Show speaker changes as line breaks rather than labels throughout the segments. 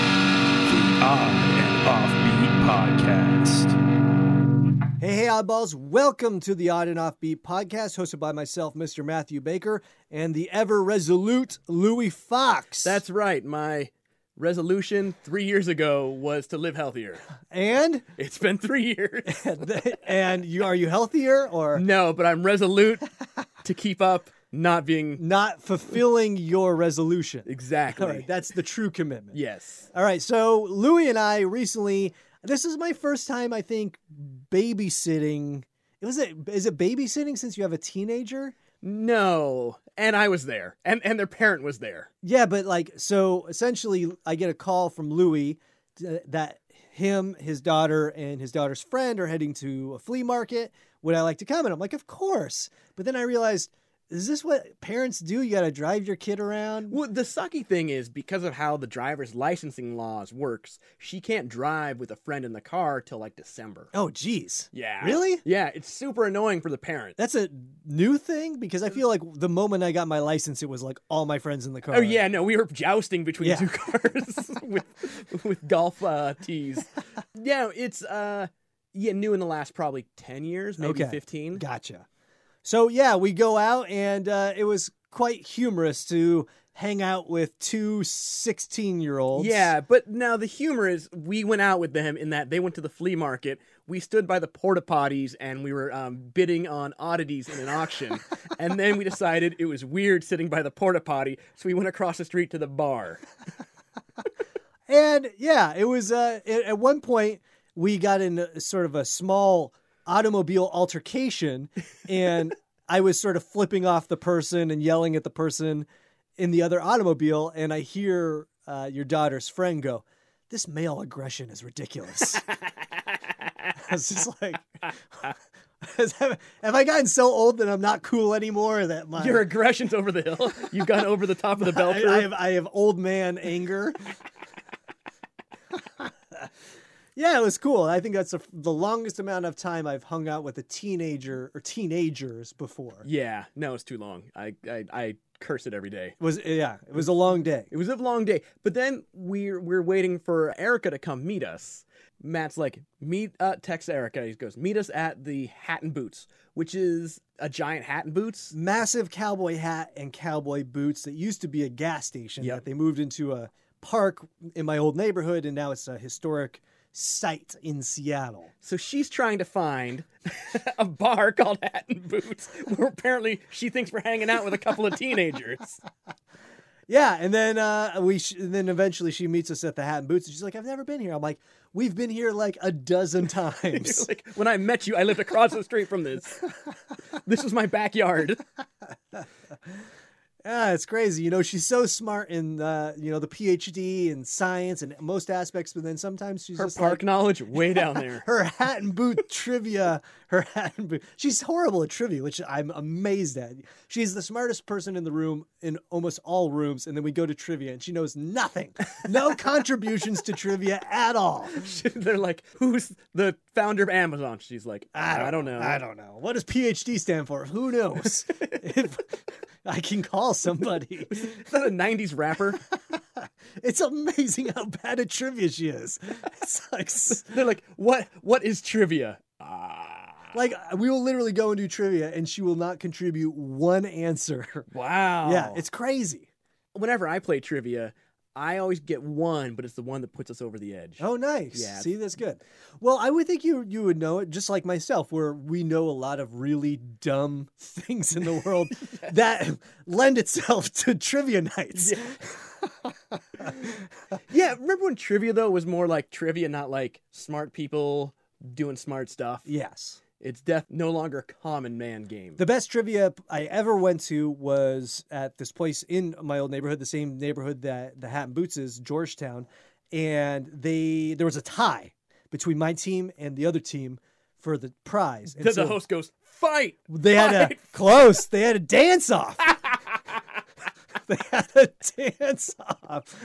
On and Offbeat Podcast.
Hey, hey, oddballs. Welcome to the Odd and Offbeat podcast hosted by myself, Mr. Matthew Baker, and the ever resolute Louis Fox.
That's right. My resolution three years ago was to live healthier.
and
It's been three years.
and you are you healthier or
no, but I'm resolute to keep up not being
not fulfilling your resolution?
exactly.
All right, that's the true commitment.
yes.
All right, so Louis and I recently this is my first time I think babysitting. It was it is it babysitting since you have a teenager?
No. And I was there. And and their parent was there.
Yeah, but like, so essentially, I get a call from Louis t- uh, that him, his daughter, and his daughter's friend are heading to a flea market. Would I like to come? And I'm like, of course. But then I realized, is this what parents do? You got to drive your kid around.
Well, the sucky thing is because of how the driver's licensing laws works, she can't drive with a friend in the car till like December.
Oh, geez.
Yeah.
Really?
Yeah, it's super annoying for the parent.
That's a new thing because I feel like the moment I got my license, it was like all my friends in the car.
Oh yeah, no, we were jousting between
Yeah.
two cars with with golf uh, tees. yeah, it's uh, yeah, new in the last probably ten years, maybe
Okay.
fifteen.
Gotcha. So yeah, we go out and uh, it was quite humorous to hang out with two 16 year olds.
Yeah, but now the humor is we went out with them in that they went to the flea market. We stood by the porta potties and we were um, bidding on oddities in an auction. and then we decided it was weird sitting by the porta potty, so we went across the street to the bar.
And yeah, it was uh, at at one point we got in a, sort of a small automobile altercation, and I was sort of flipping off the person and yelling at the person in the other automobile, and I hear uh, your daughter's friend go, "This male aggression is ridiculous." I was just like. Have I gotten so old that I'm not cool anymore? That my
Your aggression's over the hill. You've gone over the top of the bell
I,
curve.
I have I have old man anger. yeah, it was cool. I think that's the the longest amount of time I've hung out with a teenager or teenagers before.
Yeah, no, it's too long. I, I I curse it every day.
It was yeah, it was a long day.
It was a long day, but then we're we're waiting for Erica to come meet us. Matt's like, meet uh, text Erica. He goes, meet us at the Hat and Boots, which is a giant Hat and Boots.
Massive cowboy hat and cowboy boots that used to be a gas station
Yep.
that they moved into a park in my old neighborhood and now it's a historic site in Seattle.
So she's trying to find a bar called Hat and Boots, where apparently she thinks we're hanging out with a couple of teenagers.
Yeah, and then uh, we sh- and then eventually she meets us at the Hat and Boots, and she's like, "I've never been here." I'm like, "We've been here like a dozen times."
like when I met you, I lived across the street from this. This was my backyard.
yeah, it's crazy. You know, she's so smart in uh, you know the PhD in science and most aspects, but then sometimes she's
Her
just
park
like,
knowledge way down there.
her Hat and Boot trivia. Her Hat and Boot. She's horrible at trivia, which I'm amazed at. She's the smartest person in the room in almost all rooms, and then we go to trivia, and she knows nothing, no contributions to trivia at all.
They're like, who's the founder of Amazon? She's like, I don't, know.
I don't know. What does PhD stand for? Who knows? if I can call somebody.
Is that a 90s rapper?
It's amazing how bad at trivia she is. It's like, s-
They're like, what what is trivia? Ah,
like we will literally go and do trivia and she will not contribute one answer.
wow.
Yeah, it's crazy.
whenever I play trivia, I always get one, but it's the one that puts us over the edge.
Oh, nice.
Yeah.
See, that's good. Well, I would think you you would know it, just like myself, where we know a lot of really dumb things in the world that lend itself to trivia nights.
Yeah, remember when trivia though was more like trivia, not like smart people doing smart stuff.
Yes.
It's death no longer a common man game.
The best trivia I ever went to was at this place in my old neighborhood, the same neighborhood that the Hat and Boots is, Georgetown, and they there was a tie between my team and the other team for the prize. And
The,
so
the host goes, fight.
they had a close, they had a dance off. they had a dance off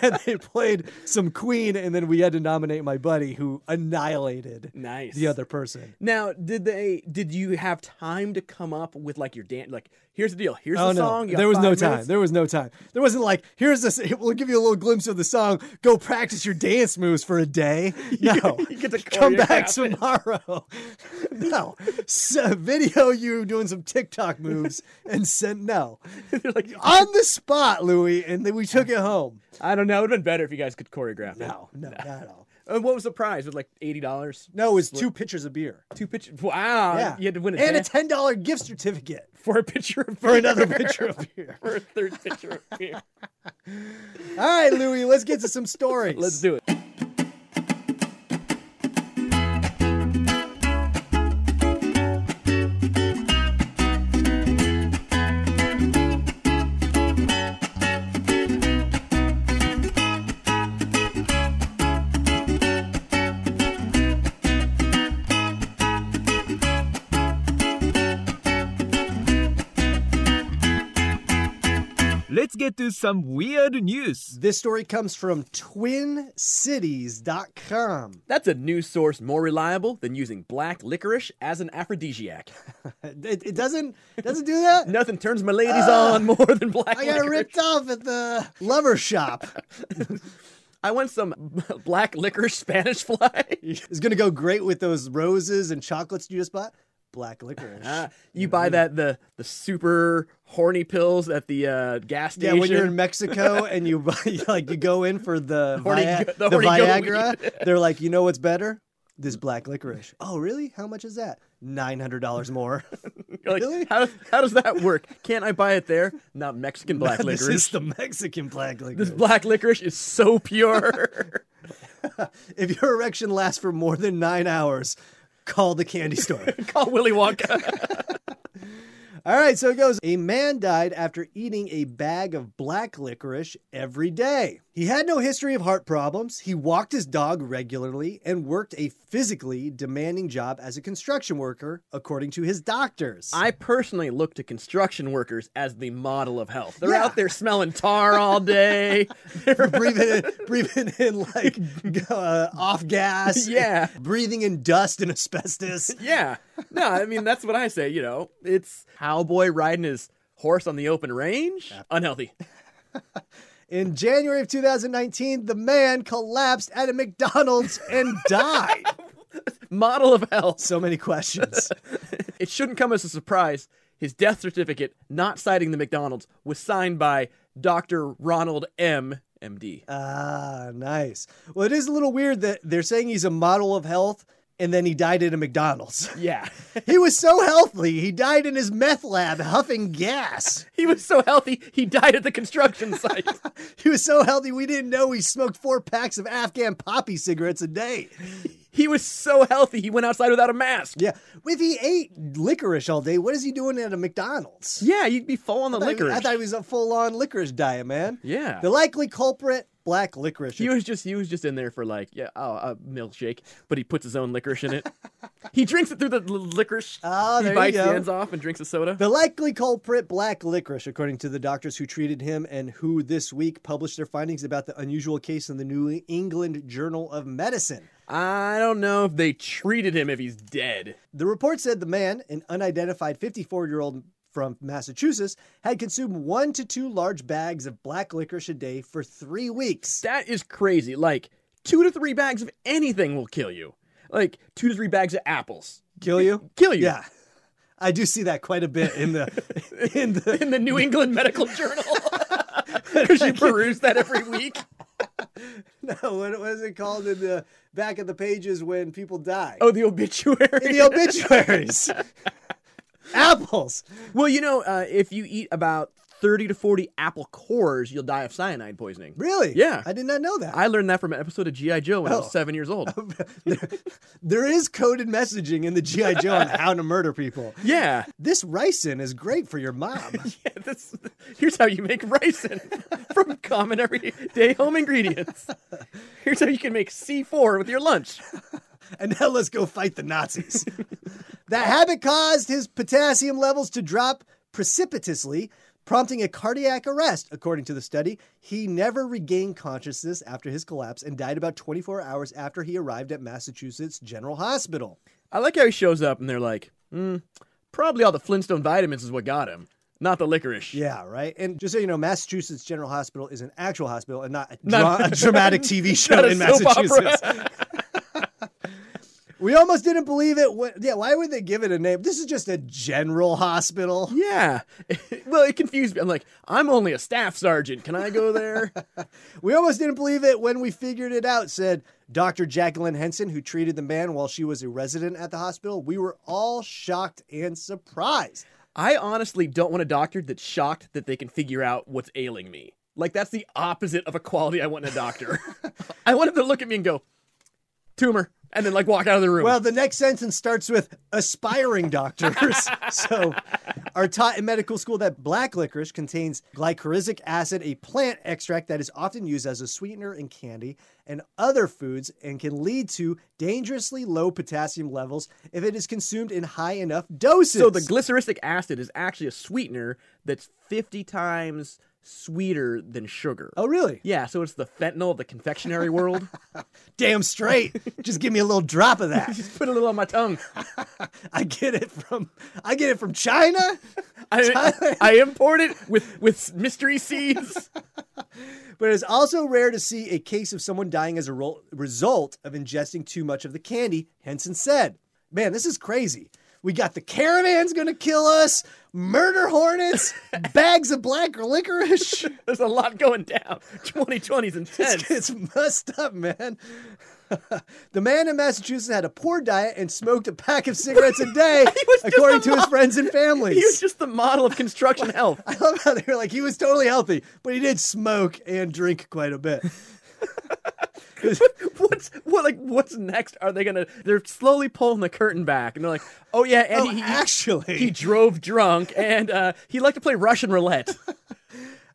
and they played some Queen, and then we had to nominate my buddy who annihilated
Nice.
the other person.
Now, did they? Did you have time to come up with like your dance? Like, here's the deal. Here's
Oh
the
no!
song. you got
There was
five
no time.
minutes.
There was no time. There wasn't like here's this. We'll give you a little glimpse of the song. Go practice your dance moves for a day. No,
you get to
come back
choreograph
tomorrow. no, so, video you doing some TikTok moves and send no
They're like,
on the spot, Louis, and then we took it home.
I don't know. It would have been better if you guys could choreograph it.
No, no, not at all.
And what was the prize? It was like eighty dollars.
No, it was two pitchers of beer.
Two pictures. Wow.
Yeah,
Uh, You had to win a
and a
dance
ten dollar gift certificate
for a picture of
for another pitcher of beer.
for a third picture of beer.
All right, Louis, let's get to some stories.
Let's do it.
Let's get to some weird news.
This story comes from twincities.com.
That's a news source more reliable than using black licorice as an aphrodisiac.
It, it doesn't doesn't do that?
Nothing turns my ladies on more than black
I
licorice.
got ripped off at the lover shop.
I want some black licorice Spanish fly.
It's going to go great with those roses and chocolates you just bought. Black licorice.
Ah, you buy that the the super horny pills at the uh, gas
yeah,
station.
when you're in Mexico and you buy, like you go in for the
Horny
Vi-
go-
the,
the horny go
Viagra, they're like, "You know what's better? This black licorice." Oh, really? How much is that? $900 more.
You're like,
really?
how, how does that work? Can't I buy it there? Not Mexican black
this
licorice.
is the Mexican black licorice.
This black licorice is so pure.
If your erection lasts for more than nine hours, call the candy store.
Call Willy Wonka.
All right, so it goes. A man died after eating a bag of black licorice every day. He had no history of heart problems. He walked his dog regularly and worked a physically demanding job as a construction worker, according to his doctors.
I personally look to construction workers as the model of health. They're
Yeah.
out there smelling tar all day. They're-
breathing in, breathing in like uh, off gas.
Yeah.
Breathing in dust and asbestos.
yeah. No, I mean that's what I say, you know. It's cowboy riding his horse on the open range. Unhealthy.
In January of 2019, the man collapsed at a McDonald's and died.
Model of health.
so many questions.
It shouldn't come as a surprise. His death certificate, not citing the McDonald's, was signed by Dr. Ronald M. MD.
ah, nice. Well, it is a little weird that they're saying he's a model of health and then he died at a McDonald's.
Yeah.
he was so healthy, he died in his meth lab huffing gas.
He was so healthy, he died at the construction site.
He was so healthy, we didn't know he smoked four packs of Afghan poppy cigarettes a day.
he was so healthy, he went outside without a mask.
Yeah. If he ate licorice all day, what is he doing at a McDonald's?
Yeah, you'd be full on the
I thought he-
licorice.
I thought he was a full on licorice diet, man.
yeah.
The likely culprit, black licorice.
he was just he was just in there for like yeah oh, a milkshake, but he puts his own licorice in it. he drinks it through the l- licorice.
Ah,
he
there you
bites
go.
the ends off and drinks a soda.
the likely culprit, black licorice, according to the doctors who treated him and who this week published their findings about the unusual case in the New England Journal of Medicine.
I don't know if they treated him if he's dead.
The report said the man, an unidentified 54 year old from Massachusetts, had consumed one to two large bags of black licorice a day for three weeks.
That is crazy. Like two to three bags of anything will kill you. Like two to three bags of apples
Kill you?
kill you.
Yeah. I do see that quite a bit in the in the
In the New England Medical Journal. Because you peruse that every week.
no, what was it called in the back of the pages when people die?
Oh, the obituary.
in the obituaries. Apples.
well, you know, uh, if you eat about 30 to 40 apple cores, you'll die of cyanide poisoning.
Really?
Yeah.
I did not know that.
I learned that from an episode of G.I. Joe when I
Oh.
was seven years old.
there is coded messaging in the G.I. Joe on how to murder people.
yeah.
This ricin is great for your mom.
yeah this, here's how you make ricin from common everyday home ingredients. Here's how you can make C4 with your lunch.
and now let's go fight the Nazis. that habit caused his potassium levels to drop precipitously prompting a cardiac arrest. According to the study, he never regained consciousness after his collapse and died about 24 hours after he arrived at Massachusetts General Hospital.
I like how he shows up and they're like, hmm, probably all the Flintstone vitamins is what got him, not the licorice.
Yeah, right. And just so you know, Massachusetts General Hospital is an actual hospital and not a, dra- a dramatic TV show
Not a
in
soap opera.
Massachusetts. we almost didn't believe it. What, yeah, why would they give it a name? This is just a general hospital.
Yeah. well, it confused me. I'm like, I'm only a staff sergeant. Can I go there?
We almost didn't believe it when we figured it out, said Dr. Jacqueline Henson, who treated the man while she was a resident at the hospital. We were all shocked and surprised.
I honestly don't want a doctor that's shocked that they can figure out what's ailing me. Like, that's the opposite of a quality I want in a doctor. I want them to look at me and go, tumor, and then like walk out of the room.
Well, the next sentence starts with aspiring doctors. so, are taught in medical school that black licorice contains glycyrrhizic acid, a plant extract that is often used as a sweetener in candy and other foods and can lead to dangerously low potassium levels if it is consumed in high enough doses.
so the glyceric acid is actually a sweetener that's 50 times sweeter than sugar.
Oh, really?
Yeah, so it's the fentanyl of the confectionery world.
Damn straight. Just give me a little drop of that.
Just put a little on my tongue.
I get it from I get it from China.
I, I import it with, with mystery seeds.
But it's also rare to see a case of someone dying as a ro- result of ingesting too much of the candy, Henson said. Man, this is crazy. We got the caravan's gonna kill us, murder hornets, bags of black licorice.
There's a lot going down. 2020's intense.
It's messed up, man. the man in Massachusetts had a poor diet and smoked a pack of cigarettes a day,
was just
according
a
to his
mo-
friends and families.
He was just the model of construction health.
I love how they were like, he was totally healthy, but he did smoke and drink quite a bit.
What's what like what's next? Are they gonna they're slowly pulling the curtain back and they're like, Oh yeah, and
Oh,
he, he-
actually.
he drove drunk and uh, he liked to play Russian roulette.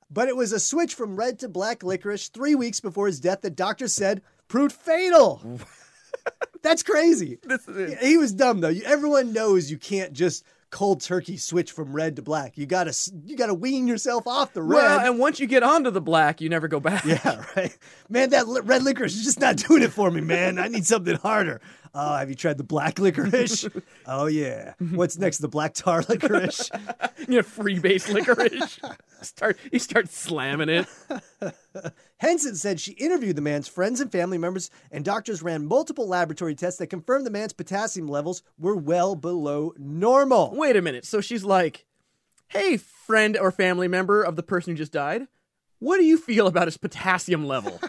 But it was a switch from red to black licorice three weeks before his death that doctors said proved fatal. That's crazy.
This is-
He was dumb though. You- Everyone knows you can't just cold turkey switch from red to black. You gotta s- you gotta wean yourself off the red.
Well, and once you get onto the black, you never go back.
yeah, right. Man, that li- red licorice is just not doing it for me, man. I need something harder. Oh, have you tried the black licorice? oh yeah. What's next? The black tar licorice.
You know, free base licorice. start you start slamming it.
Henson said she interviewed the man's friends and family members, and doctors ran multiple laboratory tests that confirmed the man's potassium levels were well below normal.
Wait a minute. So she's like, Hey, friend or family member of the person who just died, what do you feel about his potassium level?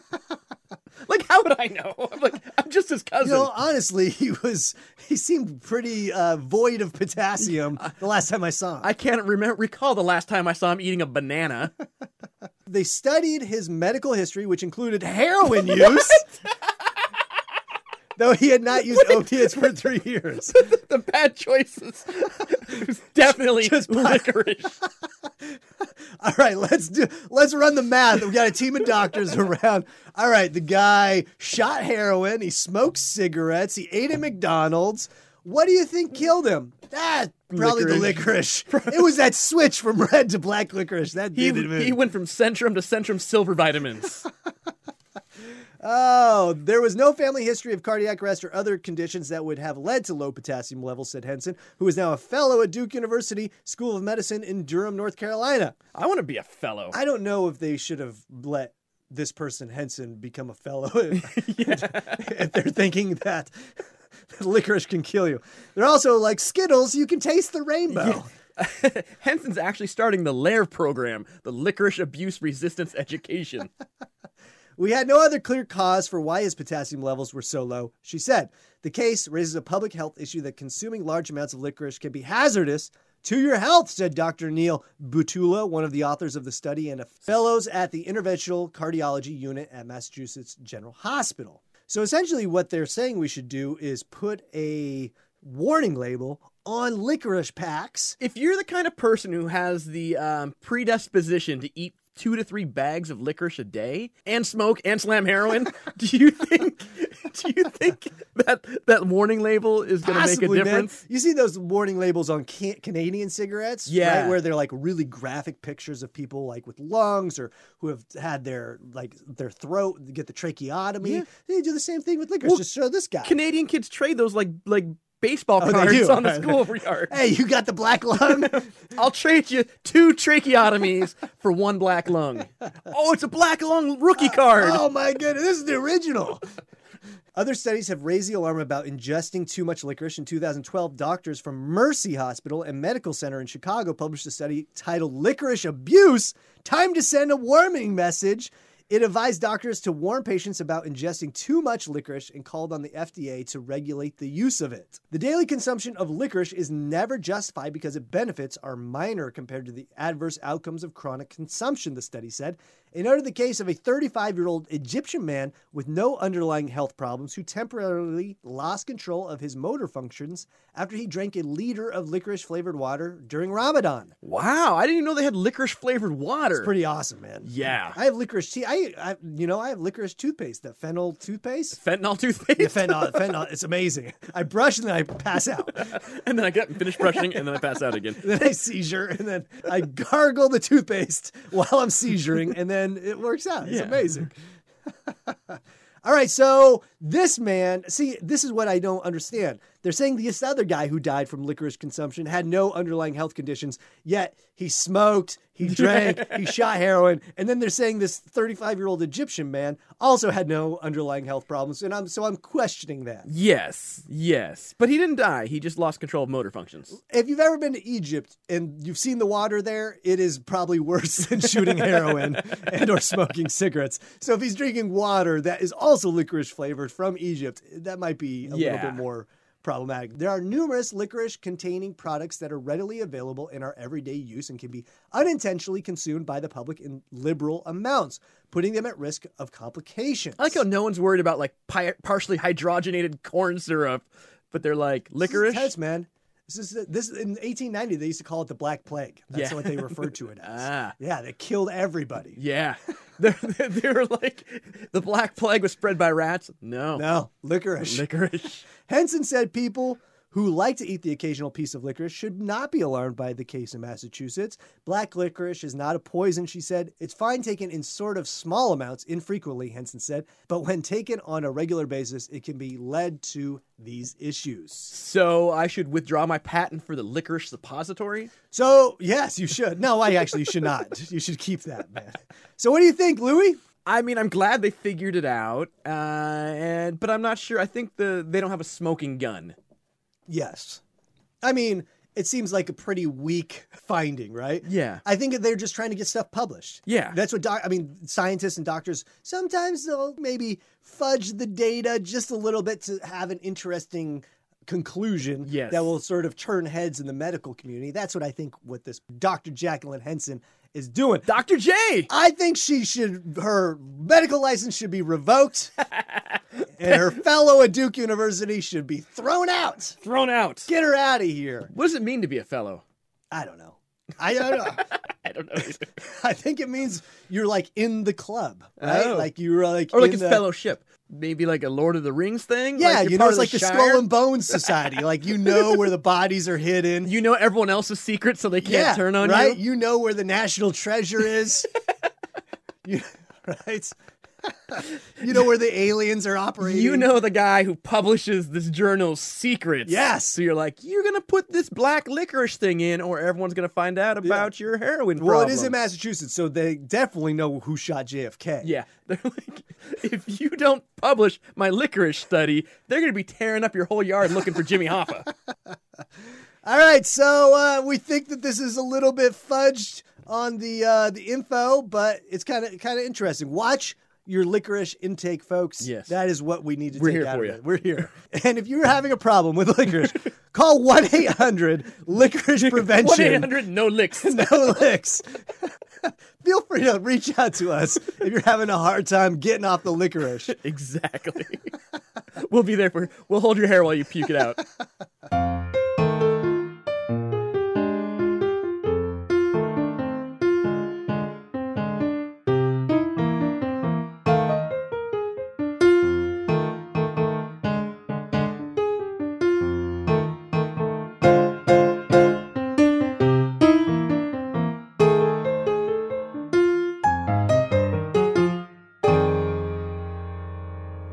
like, how would I know? I'm like, I'm just his cousin.
You know, honestly, he was he seemed pretty uh, void of potassium the last time I saw him.
I can't remember recall the last time I saw him eating a banana.
they studied his medical history, which included heroin use. Though he had not used opiates for three years.
the bad choices. It was definitely licorice.
All right, let's do let's run the math. We got a team of doctors around. All right, the guy shot heroin, he smoked cigarettes, he ate at McDonald's. What do you think killed him? That probably the licorice. it was that switch from red to black licorice. That
He,
did it. in.
he went from Centrum to Centrum Silver Vitamins.
Oh, there was no family history of cardiac arrest or other conditions that would have led to low potassium levels, said Henson, who is now a fellow at Duke University School of Medicine in Durham, North Carolina.
I want to be a fellow.
I don't know if they should have let this person Henson become a fellow if they're thinking that licorice can kill you. They're also like Skittles, you can taste the rainbow.
Henson's actually starting the LAIR program, the Licorice Abuse Resistance Education.
We had no other clear cause for why his potassium levels were so low, she said. The case raises a public health issue that consuming large amounts of licorice can be hazardous to your health, said Dr. Neil Butula, one of the authors of the study and a fellows at the Interventional Cardiology Unit at Massachusetts General Hospital. So essentially, what they're saying we should do is put a warning label on licorice packs.
if you're the kind of person who has the um, predisposition to eat two to three bags of licorice a day and smoke and slam heroin, do you think? Do you think that that warning label is going to make a
Possibly, man.
difference?
You see those warning labels on can- Canadian cigarettes,
Yeah.
right? Where they're like really graphic pictures of people like with lungs or who have had their like their throat get the tracheotomy.
Yeah.
They do the same thing with liquors.
Well,
Just show this guy.
Canadian kids trade those like like baseball
Oh, they
cards
do.
on the school yard.
hey, you got the black lung?
I'll trade you two tracheotomies for one black lung. Oh, it's a black lung rookie card.
Oh my goodness, this is the original. Other studies have raised the alarm about ingesting too much licorice. In 2012, doctors from Mercy Hospital and Medical Center in Chicago published a study titled Licorice Abuse Time to Send a Warning Message. It advised doctors to warn patients about ingesting too much licorice and called on the FDA to regulate the use of it. The daily consumption of licorice is never justified because its benefits are minor compared to the adverse outcomes of chronic consumption, the study said. It noted the case of a 35 year old Egyptian man with no underlying health problems who temporarily lost control of his motor functions after he drank a liter of licorice flavored water during Ramadan.
Wow, I didn't even know they had licorice flavored water.
It's pretty awesome, man.
yeah.
I have licorice tea. I, I, you know, I have licorice toothpaste, that fennel toothpaste.
Fentanyl toothpaste.
Yeah, fentanyl, fentanyl, it's amazing. I brush and then I pass out.
and then I get up and finish brushing and then I pass out again.
then I seizure and then I gargle the toothpaste while I'm seizuring and then it works out. It's
Yeah.
amazing. All right, so this man, see, this is what I don't understand. They're saying this other guy who died from licorice consumption had no underlying health conditions, yet he smoked, he drank, he shot heroin, and then they're saying this 35-year-old Egyptian man also had no underlying health problems, and I'm so I'm questioning that.
Yes, yes. But he didn't die. He just lost control of motor functions.
if you've ever been to Egypt and you've seen the water there, it is probably worse than shooting heroin and or smoking cigarettes. So if he's drinking water that is also licorice flavored from Egypt, that might be a
Yeah.
little bit more problematic. There are numerous licorice containing products that are readily available in our everyday use and can be unintentionally consumed by the public in liberal amounts, putting them at risk of complications.
I like how no one's worried about like pi- partially hydrogenated corn syrup, but they're like licorice.
This is intense, man. This is this in 1890 they used to call it the Black Plague. That's
Yeah.
what they referred to it as.
Ah.
Yeah, they killed everybody.
Yeah. They're, they're, they're like, the Black Plague was spread by rats? No.
No, licorice.
Licorice.
Henson said people who like to eat the occasional piece of licorice should not be alarmed by the case in Massachusetts. Black licorice is not a poison, she said. It's fine taken in sort of small amounts, infrequently, Henson said, but when taken on a regular basis, it can be led to these issues.
So I should withdraw my patent for the licorice suppository?
So, yes, you should. No, I actually should not. You should keep that, man. So, what do you think, Louis?
I mean, I'm glad they figured it out, uh, and but I'm not sure. I think the they don't have a smoking gun.
Yes. I mean, it seems like a pretty weak finding, right?
Yeah.
I think they're just trying to get stuff published.
Yeah.
That's what doc- I mean, scientists and doctors sometimes they'll maybe fudge the data just a little bit to have an interesting conclusion
Yes.
that will sort of turn heads in the medical community. That's what I think what this Dr. Jacqueline Henson is doing.
Dr. J.
I think she should her medical license should be revoked and her fellow at Duke University should be thrown out.
Thrown out.
Get her out of here.
What does it mean to be a fellow?
I don't know. I don't know.
I don't know. either.
I think it means you're like in the club, right?
Oh.
Like you're like
or like
in
it's
the-
fellowship. Maybe like a Lord of the Rings thing.
Yeah,
you're
you know,
part
it's
of
like the,
Shire?
Skull and Bones Society. Like you know where the bodies are hidden.
You know everyone else's secrets, so they can't
yeah,
turn on
right?
you.
You know where the national treasure is. you, right? you know where the aliens are operating.
You know the guy who publishes this journal's secrets.
Yes.
So you're like, you're gonna put this black licorice thing in, or everyone's gonna find out about your heroin
Well,
problem.
it is in Massachusetts, so they definitely know who shot JFK.
Yeah, they're like, if you don't publish my licorice study, they're gonna be tearing up your whole yard looking for Jimmy Hoffa.
All right, so uh, we think that this is a little bit fudged on the uh, the info, but it's kind of kind of interesting. Watch your licorice intake, folks.
Yes.
that is what we need to
We're
take
here
out
for
of
you.
it. We're here. And if you're having a problem with licorice, call one eight hundred licorice
One eight
prevention.
hundred no licks.
No licks. Feel free to reach out to us if you're having a hard time getting off the licorice.
exactly. we'll be there for. We'll hold your hair while you puke it out.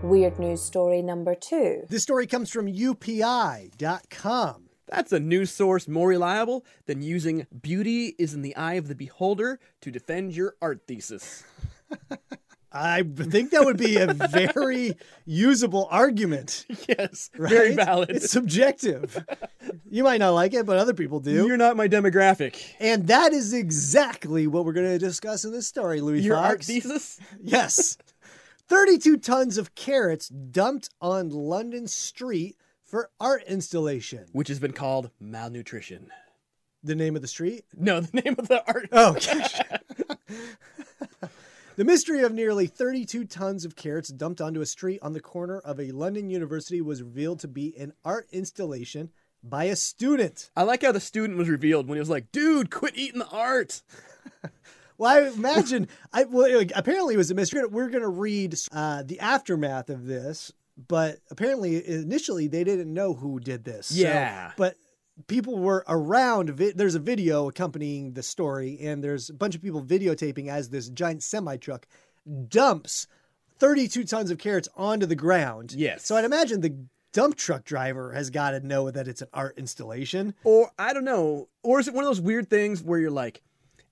Weird news story number two.
This story comes from UPI.com.
That's a news source more reliable than using beauty is in the eye of the beholder to defend your art thesis.
I think that would be a very usable argument.
Yes,
Right?
very valid.
It's subjective. you might not like it, but other people do.
You're not my demographic.
and that is exactly what we're going to discuss in this story, Louis
Your art
Fox.
thesis?
Yes. 32 tons of carrots dumped on London street for art installation.
Which has been called malnutrition.
The name of the street?
No, the name of the art.
Oh, gosh. the mystery of nearly 32 tons of carrots dumped onto a street on the corner of a London university was revealed to be an art installation by a student.
I like how the student was revealed when he was like, dude, quit eating the art.
Well, I imagine, I, well, apparently it was a mystery. We're going to read uh, the aftermath of this, but apparently initially they didn't know who did this. So-
Yeah.
but people were around. Vi- there's a video accompanying the story, and there's a bunch of people videotaping as this giant semi truck dumps 32 tons of carrots onto the ground.
Yes.
So I'd imagine the dump truck driver has got to know that it's an art installation.
Or I don't know. Or is it one of those weird things where you're like,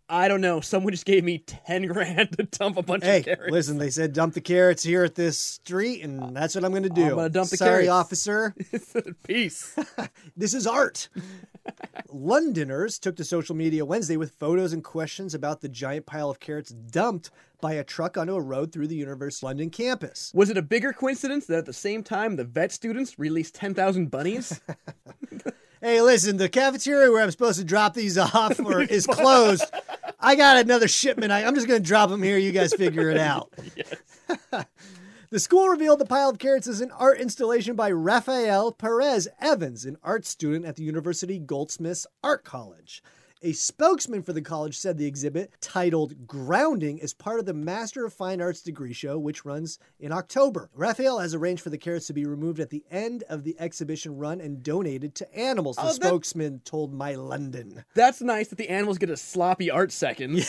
I don't know, someone just gave me 10 grand to dump a bunch
Hey,
of carrots. Uh,
listen, they said dump the carrots here at this street, and that's what I'm going to do.
gonna dump the
Sorry,
carrots.
officer.
Peace.
This is art. Londoners took to social media Wednesday with photos and questions about the giant pile of carrots dumped by a truck onto a road through the University London campus.
Was it a bigger coincidence that at the same time the vet students released 10,000 bunnies?
Hey, listen, the cafeteria where I'm supposed to drop these off or is closed. I got another shipment. I, I'm just going to drop them here. You guys figure it out. the school revealed the pile of carrots is an art installation by Rafael Perez Evans, an art student at the University Goldsmiths Art College. A spokesman for the college said the exhibit, titled Grounding, is part of the Master of Fine Arts degree show, which runs in October. Raphael has arranged for the carrots to be removed at the end of the exhibition run and donated to animals, the
Oh, that-
spokesman told My London.
That's nice that the animals get a sloppy art second.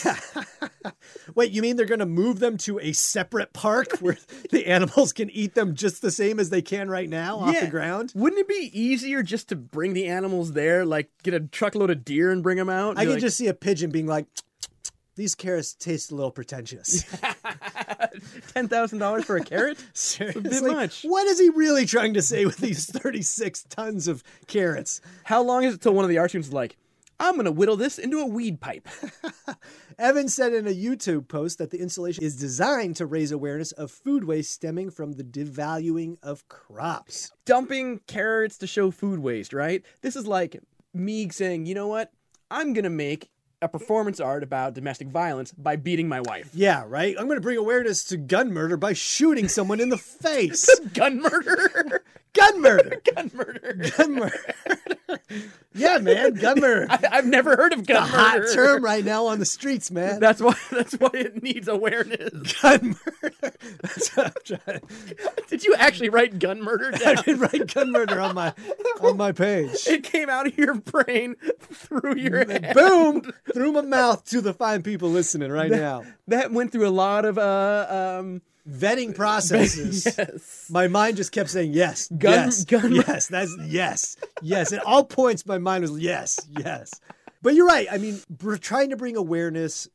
Wait, you mean they're going to move them to a separate park where the animals can eat them just the same as they can right now off the
Yeah.
ground?
Wouldn't it be easier just to bring the animals there, like get a truckload of deer and bring them out?
I
You're
can
like,
just see a pigeon being like, these carrots taste a little pretentious.
ten thousand dollars for a carrot.
Seriously,
much.
what is he really trying to say with these 36 tons of carrots?
How long is it till one of the art students is like, I'm gonna whittle this into a weed pipe?
Evans said in a YouTube post that the installation is designed to raise awareness of food waste stemming from the devaluing of crops.
Dumping carrots to show food waste, right? This is like me saying, you know what? I'm gonna make a performance art about domestic violence by beating my wife.
Yeah, right? I'm going to bring awareness to gun murder by shooting someone in the face.
Gun murder.
gun murder.
gun murder.
Gun murder. yeah, man, gun murder.
I, I've never heard of
The
gun
hot
murder.
term right now on the streets, man.
That's why. That's why it needs awareness.
gun murder. That's what I'm trying.
Did you actually write gun murder
I
down?
did write gun murder on my on my page.
It came out of your brain through your head.
Boom! Through my mouth to the fine people listening right now.
That went through a lot of uh um
Vetting processes.
yes.
My mind just kept saying yes,
Gun-
yes,
gun-
yes. That's yes, yes. At all points, my mind was yes, yes. But you're right. I mean, we're trying to bring awareness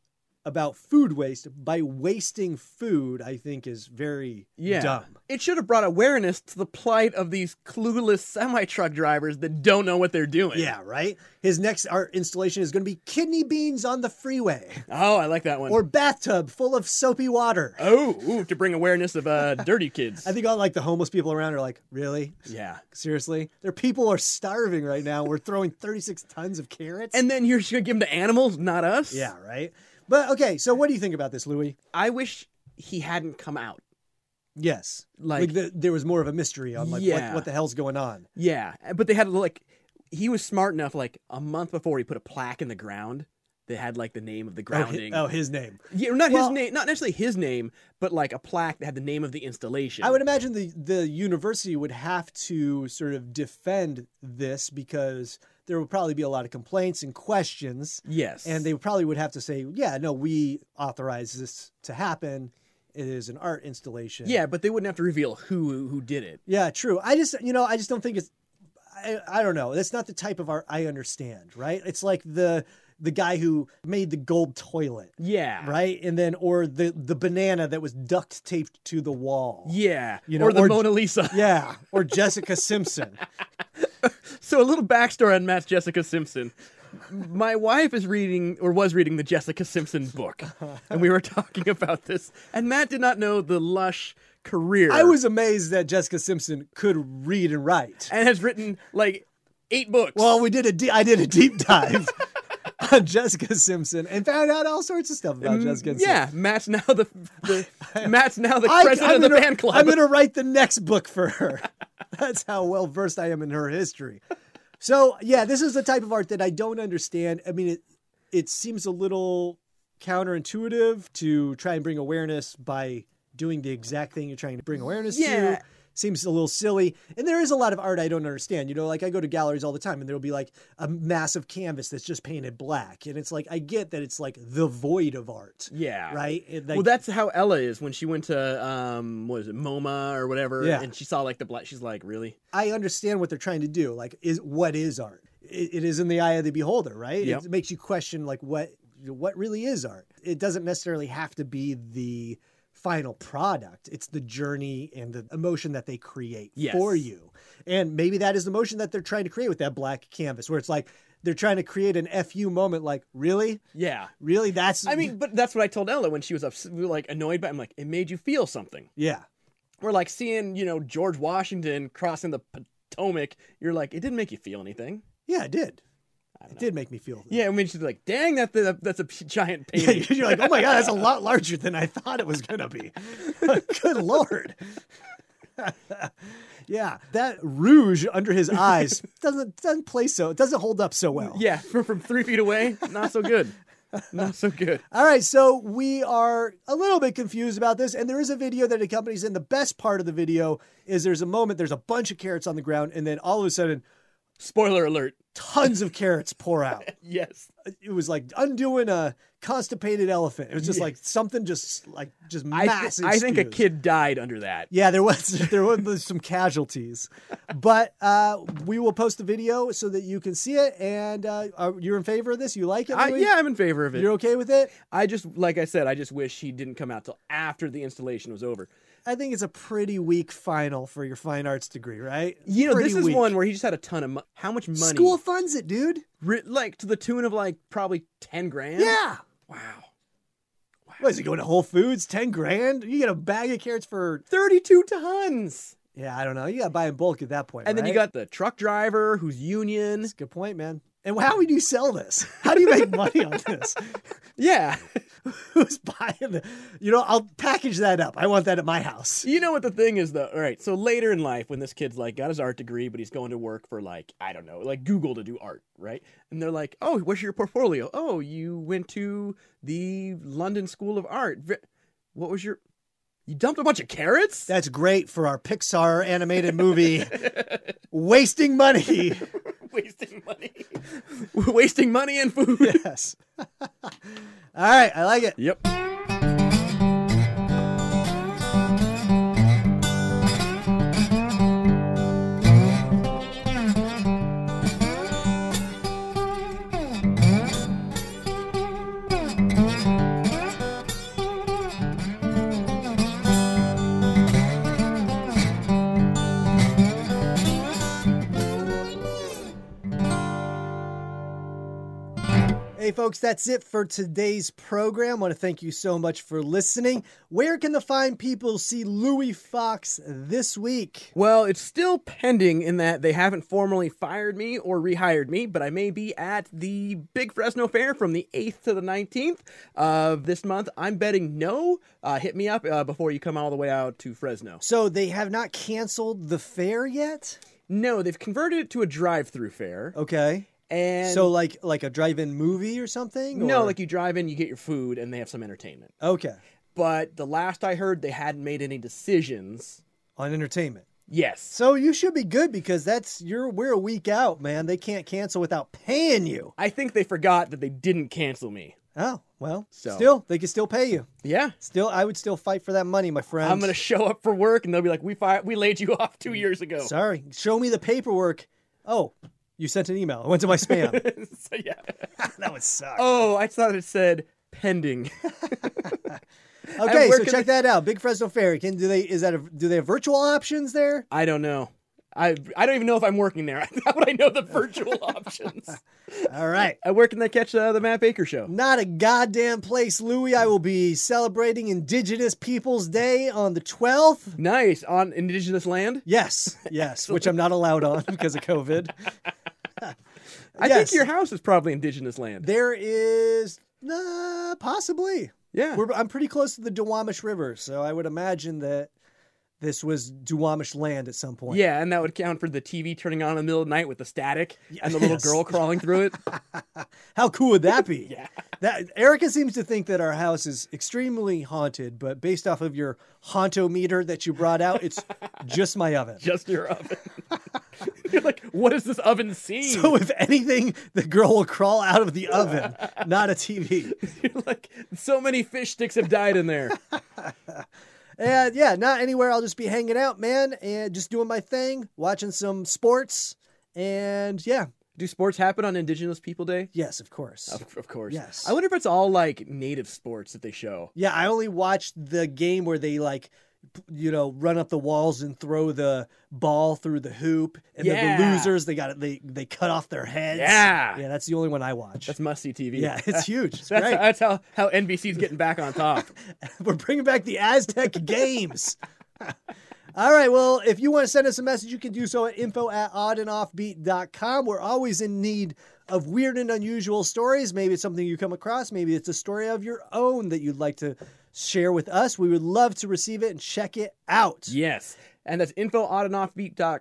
about food waste by wasting food. I think is very
Yeah.
dumb.
It should have brought awareness to the plight of these clueless semi truck drivers that don't know what they're doing.
Yeah, right. His next art installation is going to be kidney beans on the freeway
Oh, I like that one.
or bathtub full of soapy water.
oh, ooh, to bring awareness of uh dirty kids.
I think all like the homeless people around are like, really,
yeah.
seriously? Their people are starving right now. We're throwing 36 tons of carrots.
And then you're just gonna give them to animals, not us.
Yeah, right. But okay, so what do you think about this, Louis?
I wish he hadn't come out.
Yes, like,
Like-
the, there was more of a mystery on like what,
Yeah.
what the hell's going on.
Yeah, but they had like he was smart enough. Like a month before, he put a plaque in the ground. They had like the name of the
Oh, hi-
grounding.
Oh, his name.
yeah, not
well-
his name, not necessarily his name, but like a plaque that had the name of the installation.
I would imagine the the university would have to sort of defend this because there would probably be a lot of complaints and questions,
yes,
and they probably would have to say, yeah, no, we authorized this to happen, it is an art installation.
Yeah, but they wouldn't have to reveal who who did it.
Yeah, true. I just, you know, I just don't think it's. I, I don't know. That's not the type of art I understand, right? It's like the the guy who made the gold toilet,
Yeah.
right? And then or the the banana that was duct taped to the wall.
Yeah.
You know,
or the
or-
Mona Lisa.
Yeah, or Jessica Simpson.
So a little backstory on Matt's Jessica Simpson. My wife is reading or was reading the Jessica Simpson book, and we were talking about this. And Matt did not know the lush career.
I was amazed that Jessica Simpson could read and write.
and has written like eight books.
Well, we did a de- I did a deep dive on Jessica Simpson and found out all sorts of stuff about Jessica. Simpson.
yeah, Matt's now the, the Matt's now the
I,
president
am
of the
gonna,
fan club.
I'm gonna write the next book for her. That's how well versed I am in her history. So yeah, this is the type of art that I don't understand. I mean, it it seems a little counterintuitive to try and bring awareness by doing the exact thing you're trying to bring awareness
Yeah.
to. Seems a little silly. And there is a lot of art I don't understand. You know, like I go to galleries all the time and there'll be like a massive canvas that's just painted black. And it's like, I get that it's like the void of art.
yeah,
Right? It, like,
well, that's how Ella is when she went to um, what is it, MoMA or whatever,
Yeah.
and she saw like the black. She's like, really?
I understand what they're trying to do. Like, is what is art? It, it is in the eye of the beholder, right?
Yep.
It makes you question like what what really is art. It doesn't necessarily have to be the final product. It's the journey and the emotion that they create
Yes.
for you. And maybe that is the emotion that they're trying to create with that black canvas, where it's like they're trying to create an fu moment. Like, really,
Yeah.
really, that's
I mean, but that's what I told Ella when she was ups- like annoyed by. I'm like, it made you feel something.
yeah,
We're like seeing you know George Washington crossing the Potomac. You're like, it didn't make you feel anything.
yeah, it did. It did make me feel.
Yeah, I mean, she's like, dang, that, that that's a p- giant
Yeah,
painting.
you're like, oh my god, that's a lot larger than I thought it was gonna be. Good lord. yeah, that rouge under his eyes doesn't doesn't play so. It doesn't hold up so well.
Yeah, from, from three feet away, not so good. Not so good.
All right, so we are a little bit confused about this, and there is a video that accompanies. And the best part of the video is there's a moment. There's a bunch of carrots on the ground, and then all of a sudden,
Spoiler alert.
tons of carrots pour out.
Yes.
It was like undoing a constipated elephant. It was just like something just like just
I, thi-
massive.
I think a
spews.
kid died under that.
Yeah, there was there was some casualties, but uh, we will post the video so that you can see it. And uh, are, you're in favor of this? You like it?
I,
Louis?
yeah, I'm in favor of it.
you're okay with it.
I just, like I said, I just wish he didn't come out till after the installation was over.
I think it's a pretty weak final for your fine arts degree, right?
You know,
Pretty
this is
weak.
one where he just had a ton of mo- how much money?
school funds it, dude.
Ri- like to the tune of like probably ten grand.
Yeah.
Wow.
What is it going to Whole Foods? Ten grand? You get a bag of carrots for?
Thirty-two tons.
Yeah, I don't know. You got to buy in bulk at that point.
And then you
right?
got the truck driver who's union.
That's a good point, man. And how would you sell this? How do you make money on this?
Yeah.
who's buying the you know i'll package that up i want that at my house
You know what the thing is though? All right, so later in life when this kid's like got his art degree but he's going to work for like I don't know, like Google to do art, right? And they're like, "Oh, where's your portfolio? Oh, you went to the London School of Art. V- What was your You dumped a bunch of carrots?"
that's great for our pixar animated movie wasting money
wasting money. wasting money and food.
yes all right i like it
Yep.
hey folks that's it for today's program want to thank you so much for listening where can the fine people see louis fox this week
Well, it's still pending in that they haven't formally fired me or rehired me, but I may be at the Big Fresno Fair from the 8th to the 19th of this month. I'm betting no. Uh, hit me up uh, before you come all the way out to Fresno.
so they have not canceled the fair yet
No, they've converted it to a drive-through fair,
okay
and
so like like a drive-in movie or something
no,
or-
like you drive in, you get your food, and they have some entertainment.
okay
But the last I heard, they hadn't made any decisions.
on entertainment
Yes.
So you should be good because that's you're we're a week out, man. They can't cancel without paying you.
I think they forgot that they didn't cancel me.
Oh, Well,
So-
still, they can still pay you.
Yeah.
Still, I would still fight for that money, my friend.
I'm gonna show up for work, and they'll be like, "We fired, we laid you off two years ago."
Sorry, show me the paperwork. Oh, you sent an email. It went to my spam.
So, yeah.
that would suck.
Oh, I thought it said pending.
okay,
where
so
can
check that out. Big Fresno Fair. Can do they? Is that a, do they have virtual options there?
I don't know. I I don't even know if I'm working there. How would I know the virtual options?
All right.
Uh, where can they catch uh, the Matt Baker show?
Not a goddamn place, Louie. I will be celebrating Indigenous Peoples Day on the 12th.
Nice on indigenous land.
Yes, yes, which I'm not allowed on because of COVID.
I
Yes.
think your house is probably indigenous land.
There is uh, possibly.
yeah.
We're, I'm pretty close to the Duwamish River, so I would imagine that this was Duwamish land at some point.
yeah, and that would count for the TV turning on in the middle of the night with the static and the little
Yes.
girl crawling through it.
How cool would that be? yeah. That Erica seems to think that our house is extremely haunted, but based off of your hauntometer that you brought out, it's just my oven.
Just your oven. You're like, what is this oven seeing?
So if anything, the girl will crawl out of the oven, not a TV.
You're like, so many fish sticks have died in there.
And yeah, not anywhere. I'll just be hanging out, man, and just doing my thing, watching some sports. And yeah,
Do sports happen on Indigenous People Day?
yes, of course.
Of, of course.
Yes.
I wonder if it's all like native sports that they show.
Yeah, I only watched the game where they like, p- you know, run up the walls and throw the ball through the hoop, and then the
Yeah.
losers they got it. They they cut off their heads.
Yeah.
yeah, that's the only one I watch.
That's must see TV.
yeah, it's huge. It's
That's,
great.
that's how, how NBC's getting back on top.
We're bringing back the Aztec games. All right. Well, if you want to send us a message, you can do so at info at oddandoffbeat.com. We're always in need of weird and unusual stories. Maybe it's something you come across. Maybe it's a story of your own that you'd like to share with us. We would love to receive it and check it out.
yes. And that's info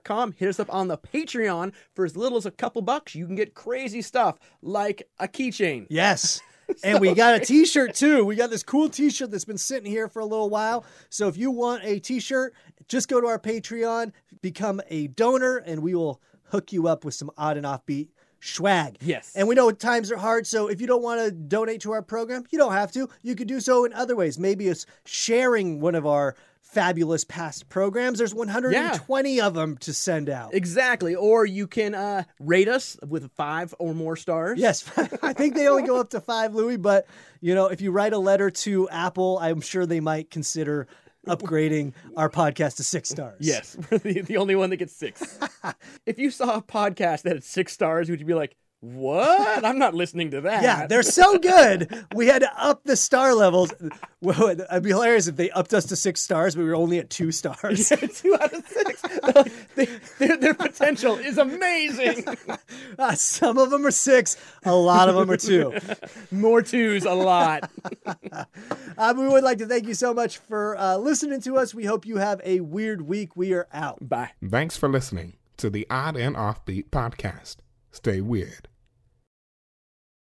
com. Hit us up on the Patreon for as little as a couple bucks. You can get crazy stuff like a keychain.
Yes. And we got a t shirt too. We got this cool t shirt that's been sitting here for a little while. So if you want a t shirt, just go to our Patreon, become a donor, and we will hook you up with some odd and offbeat swag.
Yes.
And we know times are hard. So if you don't want to donate to our program, you don't have to. You could do so in other ways. Maybe it's sharing one of our fabulous past programs. There's 120 of them to send out.
Exactly. Or you can uh, rate us with five or more stars.
Yes, I think they only go up to five, Louis. But you know, if you write a letter to Apple, I'm sure they might consider upgrading our podcast to six stars.
Yes. We're the, the only one that gets six. if you saw a podcast that had six stars, would you be like, what? I'm not listening to that.
Yeah, they're so good. We had to up the star levels. Well, it'd be hilarious if they upped us to six stars, but we were only at two stars.
two out of six. They're like, they- their, their potential is amazing.
Uh, some of them are six, a lot of them are two.
More twos, a lot.
Uh, we would like to thank you so much for uh, listening to us. We hope you have a weird week. We are out.
Bye.
Thanks for listening to the Odd and Offbeat podcast. Stay weird.